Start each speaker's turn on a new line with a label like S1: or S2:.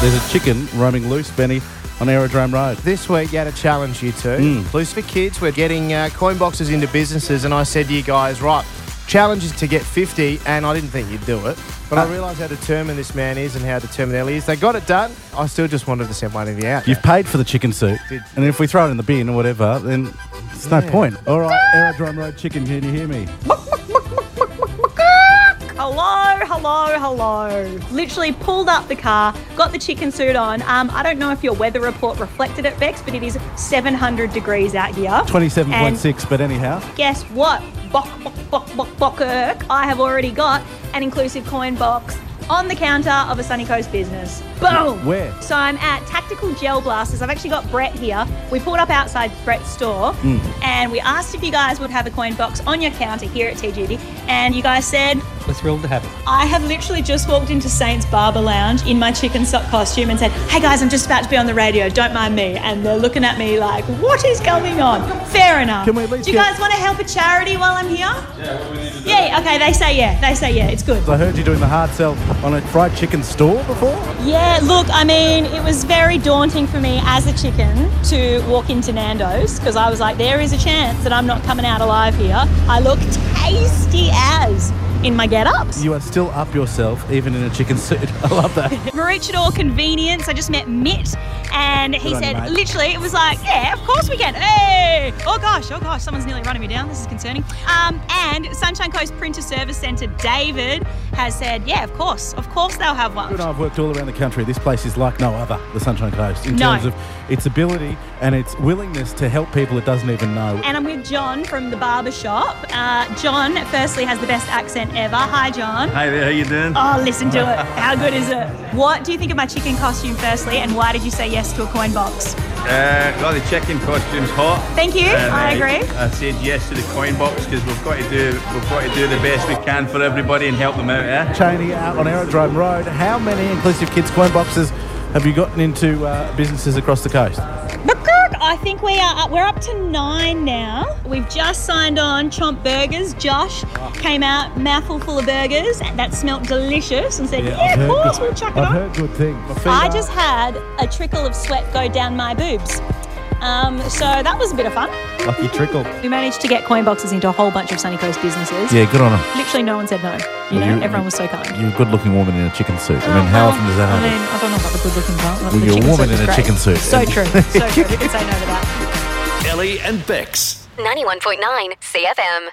S1: There's a chicken roaming loose, Benny, on Aerodrome Road.
S2: This week, you had a challenge, you two. Blues for Kids, we're getting uh, coin boxes into businesses, and I said to you guys, right, challenge is to get 50, and I didn't think you'd do it. But I realised how determined this man is and how determined Ellie is. They got it done. I still just wanted to send one of you out.
S1: You've paid for the chicken soup,
S2: Did-
S1: and if we throw it in the bin or whatever, then it's no
S2: Yeah.
S1: point. All right, Aerodrome Road chicken, can you hear me?
S3: Hello, hello, hello. Literally pulled up the car, got the chicken suit on. Um, I don't know if your weather report reflected it, Bex, but it is 700 degrees out here.
S1: 27.6, but anyhow.
S3: And guess what? Bok, bok, bok, bok, bok-erk. I have already got an inclusive coin box on the counter of a Sunny Coast business. Boom!
S1: Where?
S3: So I'm at Tactical Gel Blasters. I've actually got Brett here. We pulled up outside Brett's store and we asked if you guys would have a coin box on your counter here at TGD. And you guys said,
S4: We're thrilled to have it.
S3: I have literally just walked into Saints Barber Lounge in my chicken sock costume and said, Hey guys, I'm just about to be on the radio, don't mind me. And they're looking at me like, What is going on? Fair enough.
S1: Can we at least
S3: Do you
S1: get-
S3: guys want to help a charity while I'm here? Yeah, Yeah, okay, they say yeah. They say yeah, it's good.
S1: I heard you doing the hard sell on a fried chicken store before.
S3: Yeah, look, I mean, it was very daunting for me as a chicken to walk into Nando's because I was like, there is a chance that I'm not coming out alive here. I look tasty as in my get ups.
S1: You are still up yourself, even in a chicken suit. I love that.
S3: Maroochydore Convenience. I just met Mitt, and he
S1: Good on you,
S3: said,
S1: mate.
S3: literally, it was like, yeah, of course we can. Hey! Oh gosh, oh gosh, someone's nearly running me down. This is concerning. Um, and Sunshine Coast Printer Service Centre, David has said, yeah, of course, of course they'll have one.
S1: You and I have worked all around the country. This place is like no other, the Sunshine Coast, in
S3: No.
S1: terms of its ability and its willingness to help people it doesn't even know.
S3: And I'm with John from the barber shop. Uh, John, firstly, has the best accent ever. Hi, John.
S5: Hey there, how you doing?
S3: Oh, listen to it. How good is it? What do you think of my chicken costume, firstly, and why did you say yes to a coin box?
S5: Uh, well, the chicken costume's hot.
S3: Thank you.
S5: And,
S3: I
S5: uh,
S3: agree.
S5: I said yes to the coin box because we've got to do we've got to do the best we can for everybody and help them out. Eh?
S1: Cheney out on Aerodrome Road. How many inclusive kids coin boxes have you gotten into uh, businesses across the coast?
S3: I think we are up, we're up to nine now. We've just signed on Chomp Burgers. Josh came out mouthful full of burgers and that smelt delicious and said, yeah, of course, we'll chuck it
S1: I've
S3: on.
S1: heard good things. My feet
S3: I
S1: are-
S3: just had a trickle of sweat go down my boobs. Um, so that was a bit of fun.
S1: lucky trickle.
S3: We managed to get coin boxes into a whole bunch of Sunny Coast businesses.
S1: Yeah, good on her.
S3: Literally no one said no. You
S1: Well,
S3: know,
S1: you-
S3: everyone was so kind.
S1: You're a good-looking woman in a chicken suit. I mean,
S3: Oh,
S1: how
S3: well,
S1: often does that
S3: I
S1: happen?
S3: mean, I don't know about the good looking part. Well,
S1: Well,
S3: the
S1: you're a
S3: chicken
S1: woman
S3: suit
S1: in
S3: was
S1: a
S3: great.
S1: chicken suit.
S3: So true. So true. We can say no to that.
S6: Ellie and Bex.
S7: 91.9 CFM.